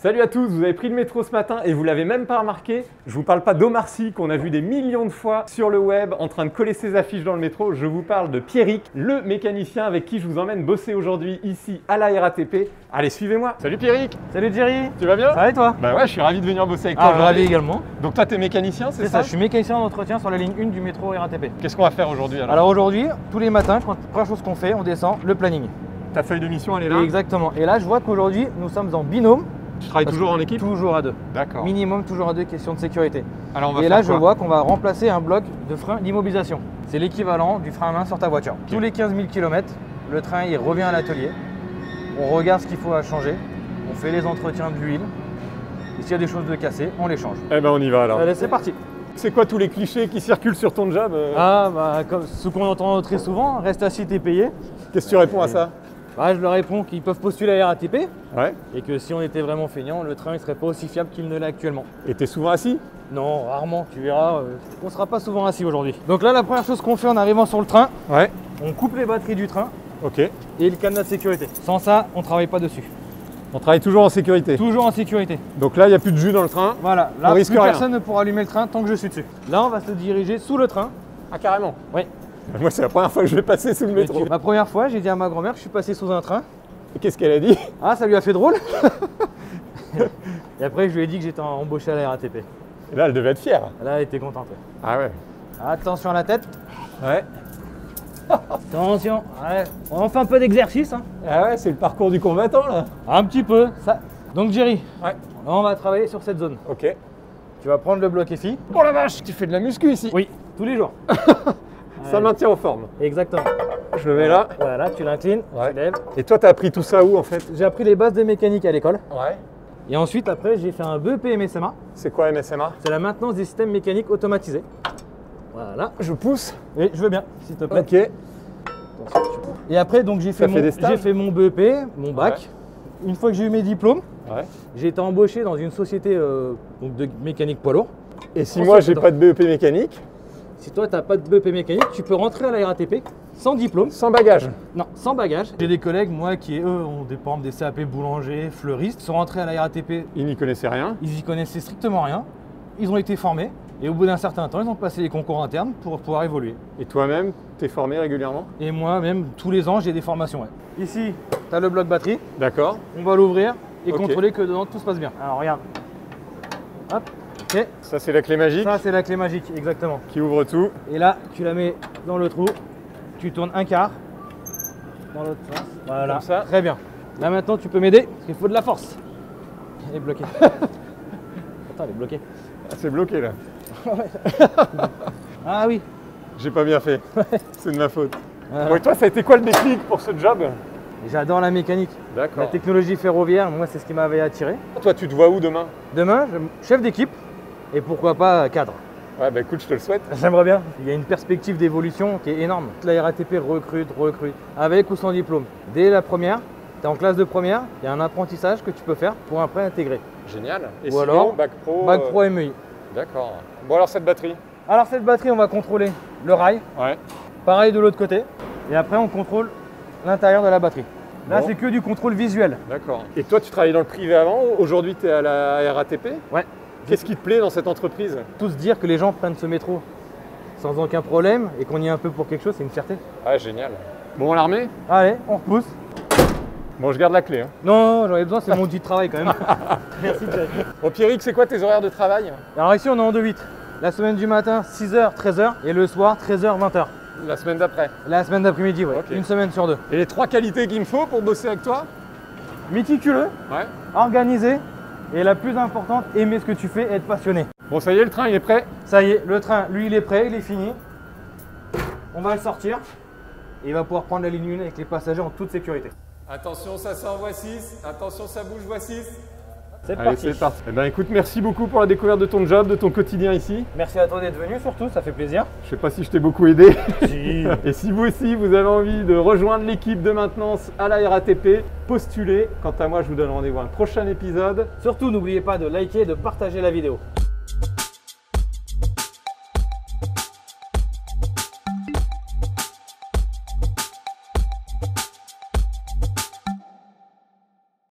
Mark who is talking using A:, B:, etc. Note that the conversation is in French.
A: Salut à tous, vous avez pris le métro ce matin et vous l'avez même pas remarqué. Je vous parle pas d'Omar Sy qu'on a vu des millions de fois sur le web en train de coller ses affiches dans le métro. Je vous parle de Pierrick, le mécanicien avec qui je vous emmène bosser aujourd'hui ici à la RATP. Allez, suivez-moi. Salut Pierrick,
B: Salut Jerry
A: tu vas bien
B: Ça va et toi
A: Bah ouais, je suis ravi de venir bosser avec toi.
B: Ah, ravi
A: aujourd'hui.
B: également.
A: Donc toi, t'es mécanicien, c'est
B: C'est
A: ça,
B: ça, je suis mécanicien d'entretien sur la ligne 1 du métro RATP.
A: Qu'est-ce qu'on va faire aujourd'hui alors,
B: Alors aujourd'hui, tous les matins, quand- première chose qu'on fait, on descend le planning.
A: Ta feuille de mission, elle est là.
B: Et exactement. Et là, je vois qu'aujourd'hui, nous sommes en binôme.
A: Tu travailles
B: Parce
A: toujours
B: que-
A: en équipe
B: Toujours à deux.
A: D'accord.
B: Minimum, toujours à deux, question de sécurité.
A: Alors on va
B: Et
A: faire
B: là, je
A: quoi
B: vois qu'on va remplacer un bloc de frein d'immobilisation. C'est l'équivalent du frein à main sur ta voiture. Tous les 15 000 km, le train il revient à l'atelier. On regarde ce qu'il faut à changer. On fait les entretiens de l'huile. Et s'il y a des choses de cassées, on les change.
A: Eh ben on y va alors.
B: Allez, c'est parti.
A: C'est quoi tous les clichés qui circulent sur ton job euh,
B: Ah, bah, comme ce qu'on entend très souvent, reste assis, t'es payé.
A: Qu'est-ce que tu réponds à ça
B: Bah, je leur réponds qu'ils peuvent postuler à la RATP
A: Ouais.
B: et que si on était vraiment feignant, le train ne serait pas aussi fiable qu'il ne l'est actuellement.
A: Et t'es souvent assis
B: Non, rarement, tu verras, euh, on sera pas souvent assis aujourd'hui. Donc là, la première chose qu'on fait en arrivant sur le train,
A: Ouais.
B: on coupe les batteries du train
A: Ok.
B: et le cadenas de sécurité. Sans ça, on travaille pas dessus.
A: On travaille toujours en sécurité.
B: Toujours en sécurité.
A: Donc là, il n'y a plus de jus dans le train.
B: Voilà,
A: On
B: là, plus
A: risque rien.
B: personne ne pourra allumer le train tant que je suis dessus. Là, on va se diriger sous le train.
A: Ah, carrément
B: Ouais.
A: Moi, c'est la première fois que je vais passer sous le métro.
B: Ma première fois, j'ai dit à ma grand-mère que je suis passé sous un train.
A: Qu'est-ce qu'elle a dit
B: Ah, ça lui a fait drôle Et après, je lui ai dit que j'étais embauché à la RATP.
A: Et Là, elle devait être fière.
B: Là, elle était contente. ouais.
A: Ah ouais.
B: Attention à la tête.
A: Ouais.
B: Attention. Ouais. On fait un peu d'exercice. hein.
A: Ah ouais, c'est le parcours du combattant, là.
B: Un petit peu. Ça. Donc, Jerry,
A: Ouais.
B: là, on va travailler sur cette zone.
A: Ok.
B: Tu vas prendre le bloc EFI.
A: Oh la vache, tu fais de la muscu ici.
B: Oui, tous les jours.
A: Ça maintient en forme.
B: Exactement.
A: Je le mets là.
B: Voilà, tu l'inclines,
A: Ouais.
B: tu lèves.
A: Et toi, t'as appris tout ça où, en fait
B: J'ai appris les bases de mécanique à l'école.
A: Ouais.
B: Et ensuite, après, j'ai fait un BEP MSMA.
A: C'est quoi MSMA
B: C'est la maintenance des systèmes mécaniques automatisés. Voilà.
A: Je pousse.
B: Oui, je veux bien, s'il te plaît.
A: Ok.
B: Et après, donc j'ai
A: T'as
B: fait,
A: fait
B: mon-
A: des stages
B: j'ai fait mon BEP, mon bac. Une fois que j'ai eu mes diplômes,
A: Ouais.
B: j'ai été embauché dans une société euh, donc de mécanique poids lourd.
A: Et si
B: On
A: moi,
B: se
A: j'ai
B: fait
A: pas de BEP mécanique,
B: Si toi, tu n'as pas de BEP mécanique, tu peux rentrer à la RATP sans diplôme,
A: sans bagage.
B: non, sans bagage. J'ai des collègues, moi, qui, eux, ont des pommes, des CAP boulangers, fleuristes, sont rentrés à la RATP,
A: Il n'y connaissait rien.
B: ils y connaissaient strictement rien, ils ont été formés, et au bout d'un certain temps, ils ont passé les concours internes pour pouvoir évoluer.
A: Et toi-même, t'es formé régulièrement
B: Et moi, même, tous les ans, j'ai des formations. ouais. Ici, tu as le bloc batterie,
A: D'accord.
B: on va l'ouvrir et
A: Ok.
B: contrôler que dedans tout se passe bien. Alors, regarde. Hop, ok.
A: Ça, c'est la clé magique
B: Ça, c'est la clé magique, exactement.
A: qui ouvre tout.
B: Et là, tu la mets dans le trou, tu tournes un quart dans l'autre sens. Voilà,
A: Comme ça.
B: très bien. Là maintenant, tu peux m'aider parce qu'il faut de la force. Elle est bloquée. Attends, elle est bloquée.
A: Ah, c'est bloqué, là.
B: Ah oui.
A: J'ai pas bien fait. C'est de ma faute.
B: Voilà.
A: Bon, et toi, ça a été quoi le déclic pour ce job
B: J'adore la mécanique, la
A: D'accord.
B: technologie ferroviaire. Moi, c'est ce qui m'avait attiré.
A: Toi, tu te vois où demain
B: Demain, je- chef d'équipe et pourquoi pas euh, cadre.
A: Ouais, bah écoute, je te le souhaite.
B: J'aimerais bien. Il y a une perspective d'évolution qui est énorme. La RATP recrute, recrute, avec ou sans diplôme. Dès la première, tu es en classe de première, il y a un apprentissage que tu peux faire pour après intégrer.
A: Génial. Et
B: Ou
A: sinon,
B: alors,
A: Bac Pro
B: Bac
A: euh,
B: Pro MEI.
A: D'accord. Bon, alors cette batterie
B: Alors cette batterie, on va contrôler le rail,
A: Ouais.
B: pareil de l'autre côté, et après on contrôle l'intérieur de la batterie. Là,
A: Bon.
B: c'est que du contrôle visuel.
A: D'accord. Et toi, tu travaillais dans le privé avant Aujourd'hui, tu es à la RATP
B: Ouais.
A: Qu'est-ce qui te plaît dans cette entreprise
B: Tous dire que les gens prennent ce métro sans aucun problème et qu'on y est un peu pour quelque chose, c'est une fierté.
A: Ah, génial. Bon, l'armée
B: Allez, on repousse.
A: Bon, je garde la clé. hein.
B: Non, j'en ai besoin, c'est mon outil de travail quand même. Merci, Jack.
A: Bon, Pierrick, c'est quoi tes horaires de travail
B: Alors ici on est en 2-8. La semaine du matin 6h, 13h et le soir 13h, 20h.
A: La semaine d'après.
B: La semaine d'après-midi, ouais.
A: Ok.
B: Une semaine sur deux.
A: Et les trois qualités qu'il me faut pour bosser avec toi
B: Méticuleux,
A: Ouais.
B: organisé et la plus importante, aimer ce que tu fais et être passionné.
A: Bon, ça y est, le train, il est prêt
B: Ça y est, le train, lui il est prêt, il est fini. On va le sortir et il va pouvoir prendre la ligne 1 avec les passagers en toute sécurité.
C: Attention, ça s'envoie 6. Attention, ça bouge, voix 6.
B: C'est
A: Allez,
B: parti.
A: c'est parti. Eh ben, écoute, merci beaucoup pour la découverte de ton job, de ton quotidien ici.
B: Merci à toi d'être venu surtout, ça fait plaisir.
A: Je sais pas si je t'ai beaucoup aidé.
B: Si.
A: Et si vous aussi, vous avez envie de rejoindre l'équipe de maintenance à la RATP, postulez. Quant à moi, je vous donne rendez-vous à un prochain épisode.
B: surtout n'oubliez pas de liker et de partager la vidéo.